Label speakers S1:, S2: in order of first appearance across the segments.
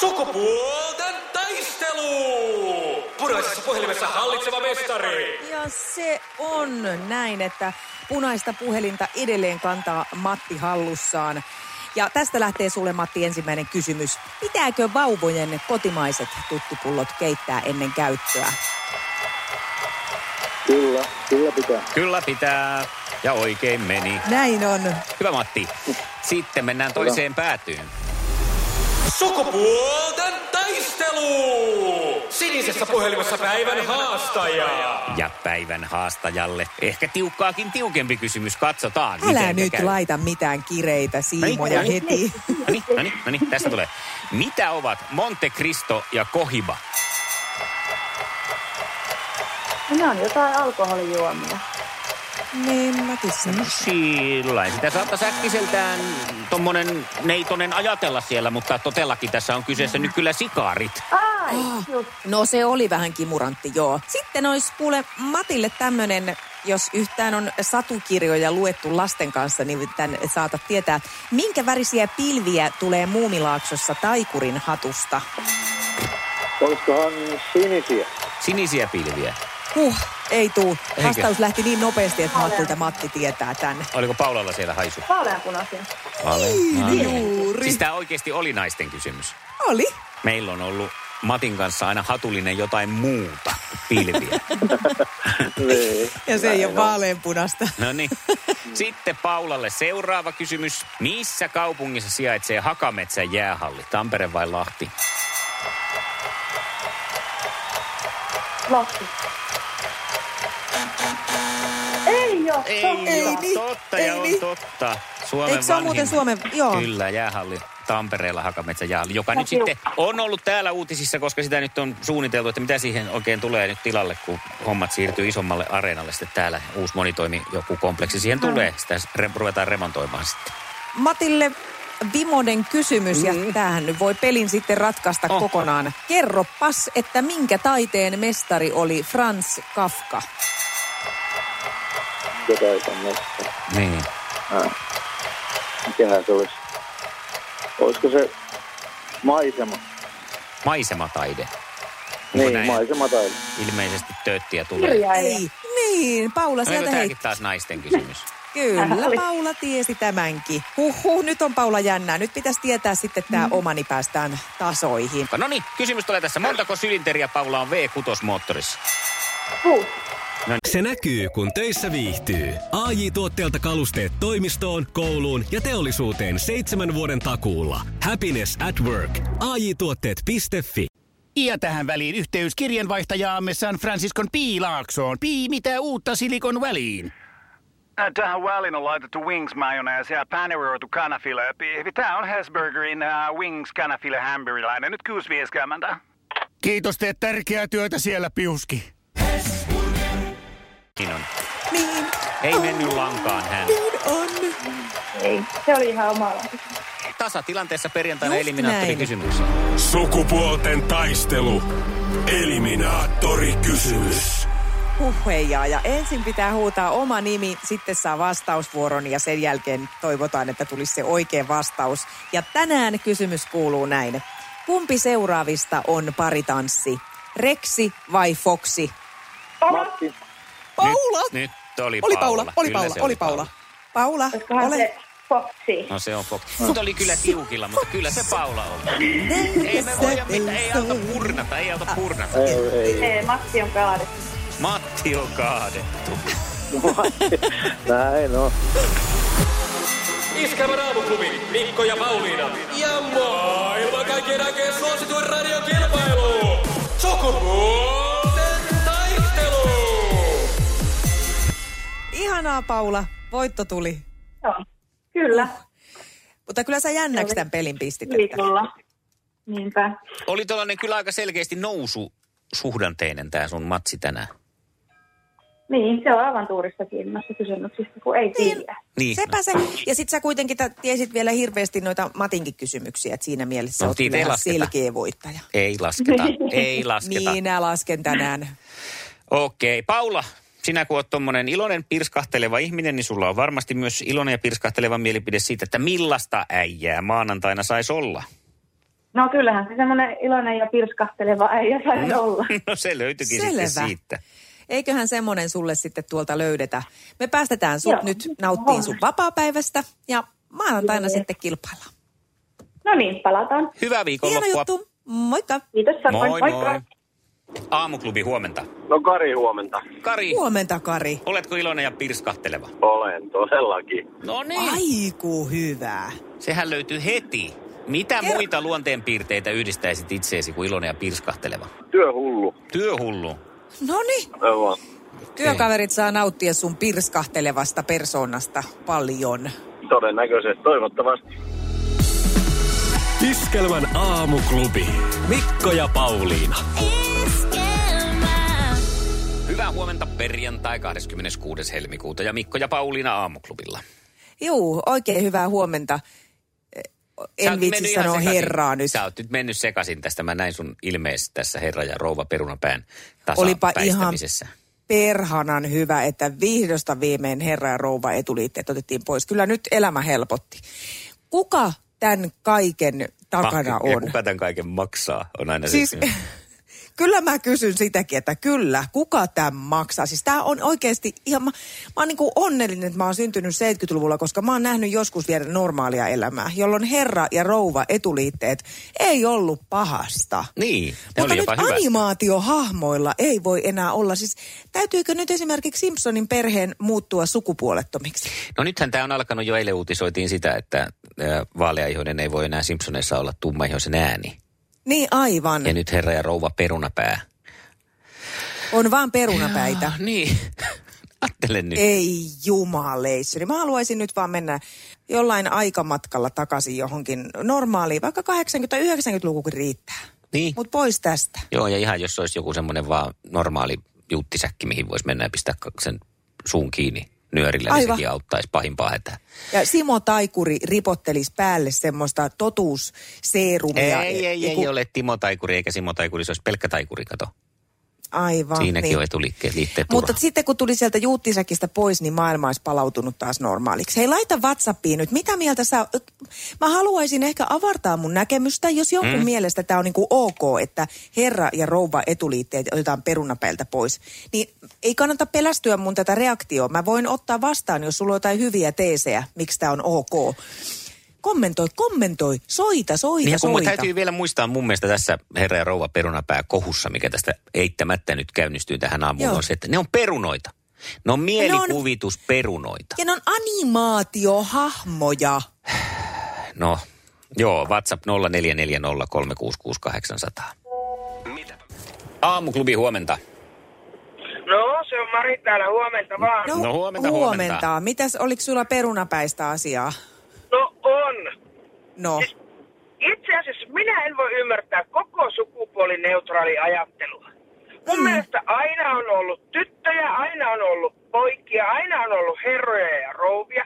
S1: Sukupuolten taistelu! Punaisessa puhelimessa hallitseva mestari.
S2: Ja se on näin, että punaista puhelinta edelleen kantaa Matti hallussaan. Ja tästä lähtee sulle Matti ensimmäinen kysymys. Pitääkö vauvojen kotimaiset tuttupullot keittää ennen käyttöä?
S3: Kyllä, kyllä pitää.
S4: Kyllä pitää. Ja oikein meni.
S2: Näin on.
S4: Hyvä Matti. Sitten mennään toiseen päätyyn.
S1: Sukupuolten taistelu! Sinisessä puhelimessa päivän haastaja.
S4: Ja päivän haastajalle. Ehkä tiukkaakin tiukempi kysymys. Katsotaan.
S2: Älä
S4: mitenkä
S2: nyt
S4: käy.
S2: laita mitään kireitä siimoja
S4: Ei, ei,
S2: heti.
S4: No niin, no niin, no niin, tästä tulee. Mitä ovat Monte Cristo ja Kohiba?
S5: Ne on jotain alkoholijuomia.
S2: Niin, mäkin sanon.
S4: Sillä sitä saattaisi äkkiseltään tommonen neitonen ajatella siellä, mutta todellakin tässä on kyseessä nyt kyllä sikaarit.
S5: Ai, just.
S2: No se oli vähän kimurantti, joo. Sitten olisi kuule Matille tämmönen, jos yhtään on satukirjoja luettu lasten kanssa, niin tämän saatat tietää. Minkä värisiä pilviä tulee Muumilaaksossa taikurin hatusta?
S3: Olisikohan sinisiä?
S4: Sinisiä pilviä.
S2: Huh, ei tuu.
S4: Eikö?
S2: Vastaus lähti niin nopeasti, että mä ajattelin, että Matti tietää tän.
S4: Oliko Paulalla siellä haisu?
S5: Vaaleanpunaisia.
S2: juuri.
S4: Siis tämä oikeasti oli naisten kysymys.
S2: Oli.
S4: Meillä on ollut Matin kanssa aina hatullinen jotain muuta pilviä.
S3: Niin.
S2: Ja se ei ole
S3: Näin on.
S2: vaaleanpunasta.
S4: No niin. Sitten Paulalle seuraava kysymys. Missä kaupungissa sijaitsee Hakametsän jäähalli? Tampere vai Lahti?
S5: Lahti. Ei oo.
S4: Ei,
S5: totta.
S2: Ei
S4: ole
S2: niin,
S4: totta
S2: ei
S4: ja on
S2: niin.
S4: totta. Suomen
S2: Eikö se ole
S4: vanhin-
S2: muuten Suomen- joo.
S4: Kyllä, jäähalli. Tampereella Hakametsän jäähalli, joka nyt
S5: Joo.
S4: sitten on ollut täällä uutisissa, koska sitä nyt on suunniteltu, että mitä siihen oikein tulee nyt tilalle, kun hommat siirtyy isommalle areenalle sitten täällä. Uusi monitoimi, joku kompleksi siihen tulee. Sitä re- ruvetaan remontoimaan sitten.
S2: Matille Vimoden kysymys, ja tämähän nyt voi pelin sitten ratkaista
S4: Oh.
S2: kokonaan. Kerropas, että minkä taiteen mestari oli Franz Kafka?
S3: Jotain tämmöistä.
S4: Niin.
S3: Ah. Mikähän se olisi? Olisiko se maisema?
S4: Maisemataide. Onko
S3: niin,
S4: näin?
S3: maisema tai...
S4: Ilmeisesti tööttiä tulee.
S5: Kirjailija.
S2: Ei. Niin, Paula
S4: Oliko
S2: sieltä hei.
S4: tämäkin taas naisten kysymys?
S2: Kyllä,
S5: Tämähän oli.
S2: Paula tiesi tämänkin. Huhhuh, nyt on Paula jännää. Nyt pitäisi tietää sitten tämä oma, niin päästään tasoihin.
S4: No niin, kysymys tulee tässä. Montako sylinteriä Paula on V6-moottorissa?
S5: Kuusi.
S6: Se näkyy, kun töissä viihtyy. ai tuotteelta kalusteet toimistoon, kouluun ja teollisuuteen seitsemän vuoden takuulla. Happiness at work. ai tuotteetfi
S7: Ja tähän väliin yhteys kirjanvaihtajaamme San Franciscon Piilaaksoon. Pii, mitä uutta Silikon väliin?
S8: Ä, Äh, Tähän väliin on laitettu wings mayonnaise ja paneroitu kanafila. Tämä on Hesburgerin äh, wings kanafila hamburilainen. Nyt kuusi vieskäämäntä.
S7: Kiitos, teet tärkeää työtä siellä, Piuski.
S4: Niin on.
S2: Niin,
S4: Ei mennyt lankaan hän.
S2: niin on.
S5: Ei, se oli ihan omalla.
S4: Tasatilanteessa perjantaina
S2: Just
S4: eliminaattori
S2: näin.
S4: kysymyksessä.
S9: Sukupuolten taistelu. Eliminaattori kysymys.
S2: Huhheijaa. Ja ensin pitää huutaa oma nimi, sitten saa vastausvuoron ja sen jälkeen toivotaan, että tulisi se oikea vastaus. Ja tänään kysymys kuuluu näin. Kumpi seuraavista on paritanssi? Reksi vai Foksi?
S3: Matti,
S2: Paula!
S4: Nyt, nyt oli,
S2: Oli Paula, oli
S4: Kyllä
S2: Paula,
S4: se
S2: oli Paula. Paula,
S5: Olisikohan
S2: ole.
S5: se Foxy?
S4: No se on Fox. Nyt oli kyllä tiukilla, mutta kyllä se Paula oli. Ei me voida mitään, ei auta purnata, ei auta purnata.
S3: ei, ei.
S5: Ei, Matti on kaadettu.
S4: Matti on kaadettu.
S3: Näin on.
S1: Iskävä raamuklubi, Mikko ja Pauliina. Ja maailman kaikkien aikeen suosituen radiokilpailu. Sukupuolten taistelu.
S2: Ihanaa Paula, voitto tuli.
S5: Joo. Kyllä,
S2: Mutta kyllä sä jännäksi tämän pelin pistit. että-
S5: viikolla. Niinpä.
S4: Oli tuollainen kyllä aika selkeästi nousu suhdanteinen tämä sun matsi tänään.
S5: Niin, se on aivan tuurista kiinni noissa kysymyksissä, kun ei tiedä.
S4: Niin.
S2: Sepä se. Ja sit sä kuitenkin tä- tiesit vielä hirveästi noita Matinkin kysymyksiä, että siinä mielessä
S4: No,
S2: oot
S4: niitä
S2: kyllä
S4: ei
S2: ihan
S4: lasketa.
S2: selkeä voittaja.
S4: Ei lasketa, ei lasketa.
S2: Minä lasken tänään.
S4: Okei, Paula, sinä kun oot tommonen iloinen, pirskahteleva ihminen, niin sulla on varmasti myös iloinen ja pirskahteleva mielipide siitä, että millaista äijää maanantaina saisi olla.
S5: No kyllähän se semmoinen iloinen ja pirskahteleva ei saisi olla.
S4: No se löytyikin
S2: Selvä.
S4: sitten siitä.
S2: Eiköhän semmoinen sulle sitten tuolta löydetä. Me päästetään sut
S5: Joo.
S2: nyt nauttiin sun vapaapäivästä ja maanantaina sitten kilpaillaan.
S5: No niin, palataan.
S4: Hyvää
S2: Hieno
S4: viikonloppua.
S2: juttu. Moikka.
S5: Kiitos samoin.
S4: Moi moi. Aamuklubi huomenta.
S3: No Kari, huomenta.
S4: Kari,
S2: Huomenta, Kari.
S4: oletko iloinen ja pirskahteleva?
S3: Olen todellakin.
S4: No niin.
S2: Aiku hyvää.
S4: Sehän löytyy heti. Mitä
S2: Kerro.
S4: muita luonteenpiirteitä yhdistäisit itseesi kuin iloinen ja pirskahteleva?
S3: Työhullu.
S4: Työhullu.
S2: No niin,
S3: Aivan.
S2: työkaverit saa nauttia sun pirskahtelevasta persoonasta paljon.
S3: Todennäköisesti, toivottavasti.
S6: Iskelmän aamuklubi. Mikko ja Pauliina.
S4: Hyvää huomenta perjantai 26. helmikuuta ja Mikko ja Pauliina aamuklubilla.
S2: Juu, oikein hyvää huomenta.
S4: Sä oot
S2: En viitsi
S4: mennyt ihan
S2: sanoa
S4: sekaisin.
S2: herraa nyt.
S4: Sä oot nyt mennyt sekaisin tästä. Mä näin sun ilmeessä tässä herra ja rouva perunapään
S2: Olipa ihan
S4: tasapäistämisessä.
S2: perhanan hyvä, että vihdosta viimein herra ja rouva etuliitteet otettiin pois. Kyllä nyt elämä helpotti. Kuka tämän kaiken takana
S4: Ja
S2: on?
S4: kuka tämän kaiken maksaa? On aina
S2: Siis,
S4: se.
S2: kyllä mä kysyn sitäkin, että kyllä, kuka tämän maksaa? Siis tämä on oikeasti ihan, mä, mä oon niin kuin onnellinen, että mä oon syntynyt 70-luvulla, koska mä oon nähnyt joskus vielä normaalia elämää, jolloin herra ja rouva etuliitteet ei ollut pahasta.
S4: Niin, ne
S2: Mutta
S4: oli
S2: nyt
S4: jopa hyvä.
S2: animaatiohahmoilla ei voi enää olla. Siis täytyykö nyt esimerkiksi Simpsonin perheen muuttua sukupuolettomiksi?
S4: No nythän tämä on alkanut jo, eilen uutisoitiin sitä, että ö, vaaleaihoinen ei voi enää Simpsoneissa olla tummaihoisen ääni.
S2: Niin aivan.
S4: Ja nyt herra ja rouva perunapää.
S2: On vaan perunapäitä.
S4: Niin. Ajattele nyt.
S2: Ei jumaleissani. Mä haluaisin nyt vaan mennä jollain aikamatkalla takaisin johonkin normaaliin. Vaikka 80-90-lukukin riittää.
S4: Niin.
S2: Mutta pois tästä.
S4: Joo, ja ihan jos olisi joku semmoinen vaan normaali juttisäkki, mihin voisi mennä ja pistää ka- sen suun kiinni nyörillä, niin
S2: Aivan.
S4: sekin auttaisi pahimpaa hätää.
S2: Ja Simo Taikuri ripottelisi päälle semmoista totuusseerumia.
S4: ei, ei, ei,
S2: Joku-
S4: ole Timo Taikuri eikä Simo Taikuri, se olisi pelkkä taikuri, kato.
S2: Aivan.
S4: Siinäkin
S2: niin.
S4: on etuliikkeet liitteet
S2: Mutta
S4: turha.
S2: sitten kun tuli sieltä juuttisäkistä pois, niin maailma olisi palautunut taas normaaliksi. Hei, laita Whatsappiin nyt. Mitä mieltä sä... Mä haluaisin ehkä avartaa mun näkemystä, jos jonkun mm. mielestä tämä on niinku ok, että herra ja rouva etuliitteet otetaan perunapäiltä pois. Niin ei kannata pelästyä mun tätä reaktioa. Mä voin ottaa vastaan, jos sulla on jotain hyviä teesejä, miksi tämä on ok. Kommentoi, kommentoi, soita, soita,
S4: Niin ja kun mun
S2: soita.
S4: täytyy vielä muistaa mun mielestä tässä herra ja rouva perunapää kohussa, mikä tästä eittämättä nyt käynnistyy tähän aamuun,
S2: Joo.
S4: on se, että ne on perunoita. Ne on mielikuvitusperunoita.
S2: Ja ne on animaatiohahmoja.
S4: No, joo, WhatsApp 0440366800. Aamuklubi huomenta.
S10: No, se on Mari täällä, huomenta vaan.
S2: No,
S4: No huomenta, huomenta.
S2: huomenta, huomenta. Mitäs, oliko sulla perunapäistä asiaa?
S10: No on.
S2: No,
S10: Itse asiassa minä en voi ymmärtää koko sukupuolineutraali ajattelua. Mun
S2: Mm.
S10: mielestä aina on ollut tyttöjä, aina on ollut poikia, aina on ollut herroja ja rouvia.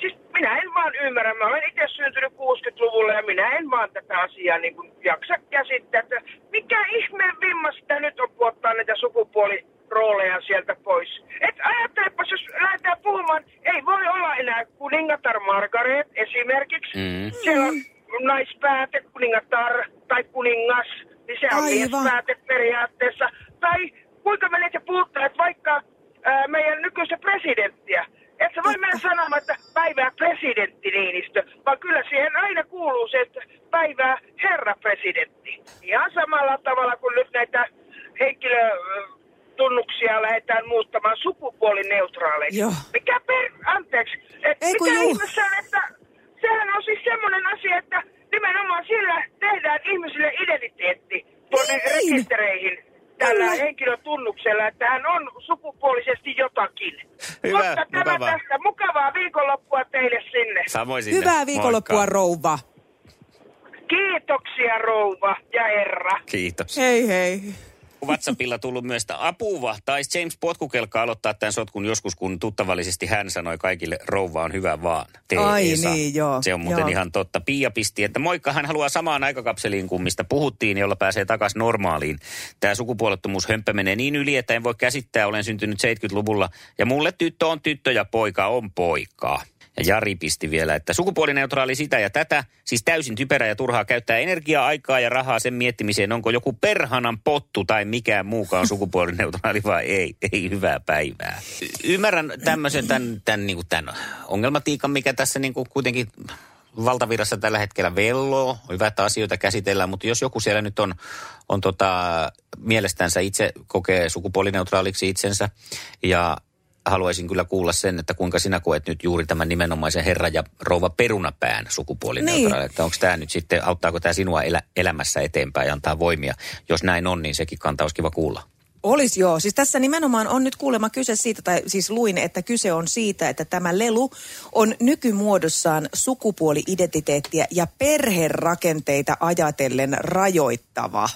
S10: Siis minä en vaan ymmärrä. Mä olen itse syntynyt 60-luvulla ja minä en vaan tätä asiaa niin kuin jaksa käsittää. Että mikä ihmeen vimma sitä nyt on puottaa näitä sukupuolirooleja sieltä pois. Et ajattelepas, jos lähdetään puhumaan, ei voi olla enää kuningatar Margaret esimerkiksi.
S4: Mm.
S10: Siellä on naispääte, kuningatar tai kuningas, niin se on
S2: Aivan.
S10: miespääte periaatteessa. Tai kuinka menet ja puuttaa, että vaikka ää, meidän nykyistä presidenttiä, et sä voi mennä sanomaan, että päivää presidentti Niinistö, vaan kyllä siihen aina kuuluu se, että päivää herra presidentti. Ihan samalla tavalla kuin nyt näitä henkilötunnuksia lähdetään muuttamaan sukupuolineutraaleiksi.
S2: Joo.
S10: Mikä per... Anteeksi. Et
S2: Ei kun
S10: mikä
S2: juu.
S10: ihme se on, että sehän on siis semmoinen asia, että nimenomaan sillä tehdään ihmisille identiteetti tuonne
S2: Niin, niin.
S10: rekistereihin tällä
S2: Kyllä.
S10: henkilötunnuksella, että hän on sukupuolisesti jotakin.
S4: Hyvä,
S10: Mutta tämä
S4: mukavaa.
S10: tästä. Mukavaa viikonloppua teille sinne.
S4: Samoin sinne.
S2: hyvää viikonloppua
S4: Moikka.
S2: rouva.
S10: Kiitoksia rouva ja herra.
S4: Kiitos.
S2: Hei hei.
S4: WhatsAppilla tullut myös, että apuva, tai James Potkukelka aloittaa tämän sotkun joskus, kun tuttavallisesti hän sanoi kaikille, rouva on hyvä vaan. Tee
S2: Ai
S4: Esa.
S2: niin, joo,
S4: Se on muuten
S2: joo.
S4: ihan totta. Pia pisti, että moikka, hän haluaa samaan aikakapseliin kuin mistä puhuttiin, jolla pääsee takaisin normaaliin. Tämä sukupuolettomuus hömppä menee niin yli, että en voi käsittää, olen syntynyt 70-luvulla, ja mulle tyttö on tyttö ja poika on poikaa. Ja Jari pisti vielä, että sukupuolineutraali sitä ja tätä, siis täysin typerää ja turhaa käyttää energiaa, aikaa ja rahaa sen miettimiseen, onko joku perhanan pottu tai mikään muukaan sukupuolineutraali vai ei. Ei hyvää päivää. Y- ymmärrän tämmöisen tämän, tämän, niin tämän ongelmatiikan, mikä tässä niin kuin kuitenkin valtavirassa tällä hetkellä velloo, on hyvä, että asioita käsitellään, mutta jos joku siellä nyt on, on tota, mielestänsä itse kokee sukupuolineutraaliksi itsensä ja haluaisin kyllä kuulla sen, että kuinka sinä koet nyt juuri tämän nimenomaisen herra ja rouva perunapään sukupuolineutraali.
S2: Niin.
S4: Että onko tämä nyt sitten, auttaako tämä sinua elä, elämässä eteenpäin ja antaa voimia? Jos näin on, niin sekin kantaa olisi kiva kuulla.
S2: Olisi joo. Siis tässä nimenomaan on nyt kuulemma kyse siitä, tai siis luin, että kyse on siitä, että tämä lelu on nykymuodossaan sukupuoli-identiteettiä ja perherakenteita ajatellen rajoittava.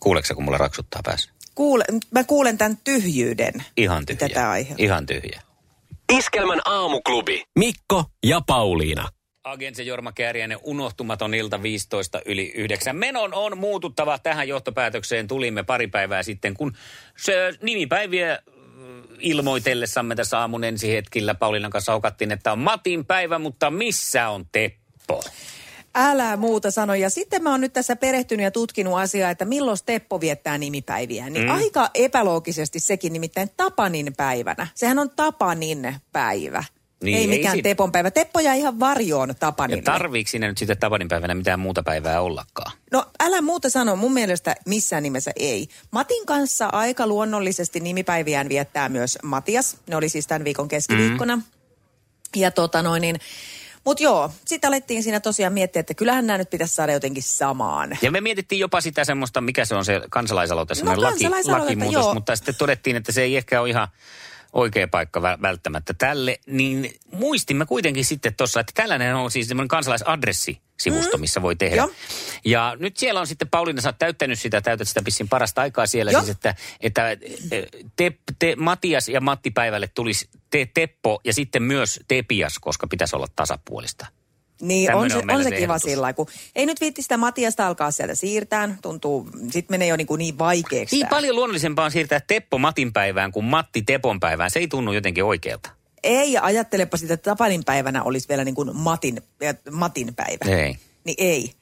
S4: Kuuleeko sä, kun mulla raksuttaa päässä?
S2: Kuule, mä kuulen tämän tyhjyyden.
S4: Ihan tyhjä.
S2: Tätä aiheuttaa.
S4: Ihan tyhjä.
S6: Iskelmän aamuklubi. Mikko ja Pauliina.
S4: Agentse Jorma Kääriäinen, unohtumaton ilta 15 yli 9. Menon on muututtava. Tähän johtopäätökseen tulimme pari päivää sitten, kun se nimipäiviä mm, ilmoitellessamme tässä aamun ensi hetkillä Pauliinan kanssa haukattiin, että on Matin päivä, mutta missä on Teppo?
S2: Älä muuta sano. Ja sitten mä oon nyt tässä perehtynyt ja tutkinut asiaa, että milloin Teppo viettää nimipäiviä. Niin mm. aika epäloogisesti sekin nimittäin Tapanin päivänä. Sehän on Tapanin päivä.
S4: Niin,
S2: ei,
S4: ei
S2: mikään
S4: siinä-
S2: Tepon päivä. Teppo jää ihan varjoon
S4: Ja
S2: Tapanille.
S4: tarviiko siinä nyt sitten Tapanin päivänä mitään muuta päivää ollakaan?
S2: No älä muuta sano, mun mielestä missään nimessä ei. Matin kanssa aika luonnollisesti nimipäiviään viettää myös Matias. Ne oli siis tämän viikon keskiviikkona. Mm. Ja tota noin niin, mut joo, sitten alettiin siinä tosiaan miettiä, että kyllähän nämä nyt pitäisi saada jotenkin samaan.
S4: Ja me mietittiin jopa sitä semmoista, mikä se on se kansalaisaloite, semmoinen
S2: No,
S4: laki,
S2: kansalaisaloite,
S4: lakimuutos,
S2: joo.
S4: mutta sitten todettiin, että se ei ehkä ole ihan oikea paikka vä- välttämättä tälle, niin muistimme kuitenkin sitten tuossa, että tällainen on siis semmoinen kansalaisadressisivusto, missä voi tehdä.
S2: Mm. Joo.
S4: Ja nyt siellä on sitten, Pauliina, sä oot täyttänyt sitä, täytät sitä pissin parasta aikaa siellä,
S2: Joo.
S4: siis että, että te, te, Matias ja Matti päivälle tulisi te, Teppo ja sitten myös Tepias, koska pitäisi olla tasapuolista.
S2: Niin, on
S4: Tämmönen
S2: se,
S4: on
S2: on,
S4: meillä
S2: se
S4: se
S2: kiva
S4: ehdotus.
S2: sillä lailla, kun ei nyt viitti sitä Matiasta alkaa sieltä siirtään. Tuntuu, sit menee jo niin, kuin niin vaikeaksi.
S4: Niin
S2: tää.
S4: paljon luonnollisempaa on siirtää Teppo Matin päivään kuin Matti Tepon päivään. Se ei tunnu jotenkin oikealta.
S2: Ei, ja ajattelepa sitä, että Tapanin päivänä olisi vielä niin kuin Matin, eh, Matin päivä.
S4: Ei.
S2: Niin ei.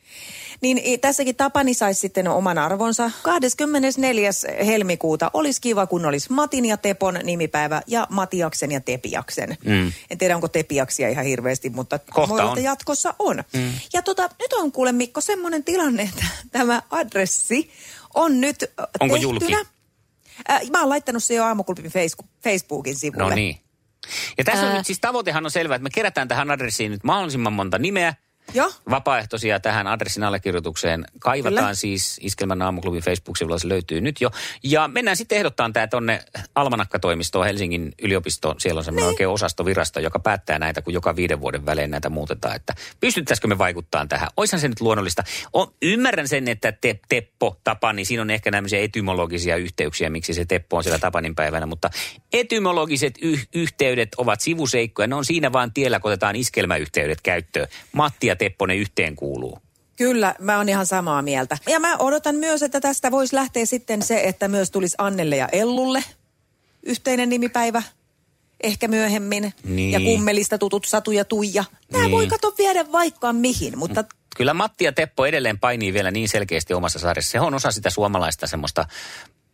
S2: Niin i- tässäkin Tapani saisi sitten oman arvonsa. 24. helmikuuta olisi kiva, kun olisi Matin ja Tepon nimipäivä ja Matiaksen ja Tepiaksen. Mm. En tiedä, onko Tepiaksia ihan hirveästi, mutta
S4: Kohta
S2: voi olla,
S4: on.
S2: että jatkossa on. Mm. Ja tota, nyt on kuule Mikko semmoinen tilanne, että tämä adressi on nyt ö,
S4: Onko
S2: tehtynä.
S4: julki?
S2: Äh, mä oon laittanut se jo aamuklubin Facebook- Facebookin sivulle.
S4: No niin. Ja tässä on
S2: Ää.
S4: nyt siis tavoitehan on selvä, että me kerätään tähän adressiin nyt mahdollisimman monta nimeä.
S2: Joo.
S4: Vapaaehtoisia tähän adressin allekirjoitukseen kaivataan
S2: Kyllä.
S4: siis Iskelmän aamuklubin Facebook-sivulla, se löytyy nyt jo. Ja mennään sitten ehdottaan tämä tonne Almanakkatoimistoon, Helsingin yliopistoon. Siellä on
S2: Niin.
S4: semmoinen oikein osastovirasto, joka päättää näitä, kun joka viiden vuoden välein näitä muutetaan. Että pystyttäisikö me vaikuttaa tähän? Äh, Oishan se nyt luonnollista. On, ymmärrän sen, että te, Teppo, Tapani, siinä on ehkä nämmöisiä etymologisia yhteyksiä, miksi se Teppo on siellä Tapanin päivänä, mutta etymologiset yh- yhteydet ovat sivuseikkoja. Ne on siinä vaan tiellä, kun otetaan iskelmäyhteydet käyttöön. Matti ja Teppo, ne yhteen kuuluu.
S2: Kyllä, mä oon ihan samaa mieltä. Ja mä odotan myös, että tästä voisi lähteä sitten se, että myös tulisi Annelle ja Ellulle yhteinen nimipäivä. Ehkä myöhemmin.
S4: Niin.
S2: Ja kummelista tutut Satu ja Tuija. Tämä
S4: Niin.
S2: voi kato viedä vaikka mihin, mutta
S4: Kyllä Matti ja Teppo edelleen painii vielä niin selkeästi omassa sarjassa. Se on osa sitä suomalaista semmoista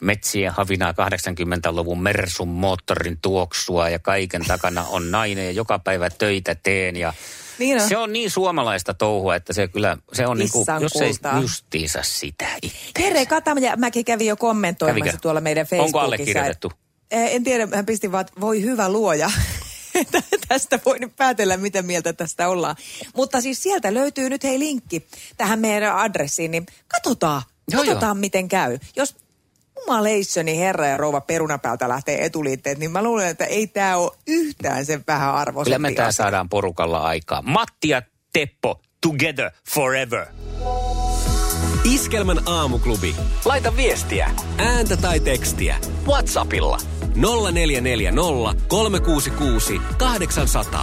S4: metsien havinaa 80-luvun Mersun moottorin tuoksua ja kaiken takana on nainen ja joka päivä töitä teen ja
S2: Niin on.
S4: se on niin suomalaista touhua, että se kyllä, se on niin kuin,
S2: Kissan
S4: jos ei
S2: kultaa.
S4: justiinsa sitä itse.
S2: Jere Katamäki mäkin kävi jo kommentoimassa
S4: Kävikö?
S2: tuolla meidän
S4: Onko
S2: Facebookissa.
S4: allekirjoitettu?
S2: Eh, En tiedä, hän pisti vaan, että voi hyvä luoja. tästä voi nyt päätellä, mitä mieltä tästä ollaan. Mutta siis sieltä löytyy nyt hei linkki tähän meidän adressiin, niin katsotaan,
S4: Joo,
S2: katsotaan miten käy. Jos jumaleissoni herra ja rouva perunapäältä lähtee etuliitteet, niin mä luulen, että ei tämä ole yhtään sen vähän arvoisempi
S4: Kyllä me tää
S2: asia.
S4: saadaan porukalla aikaa. Matti ja Teppo, together forever.
S6: Iskelmän aamuklubi. Laita viestiä, ääntä tai tekstiä. Whatsappilla 0440 366 800.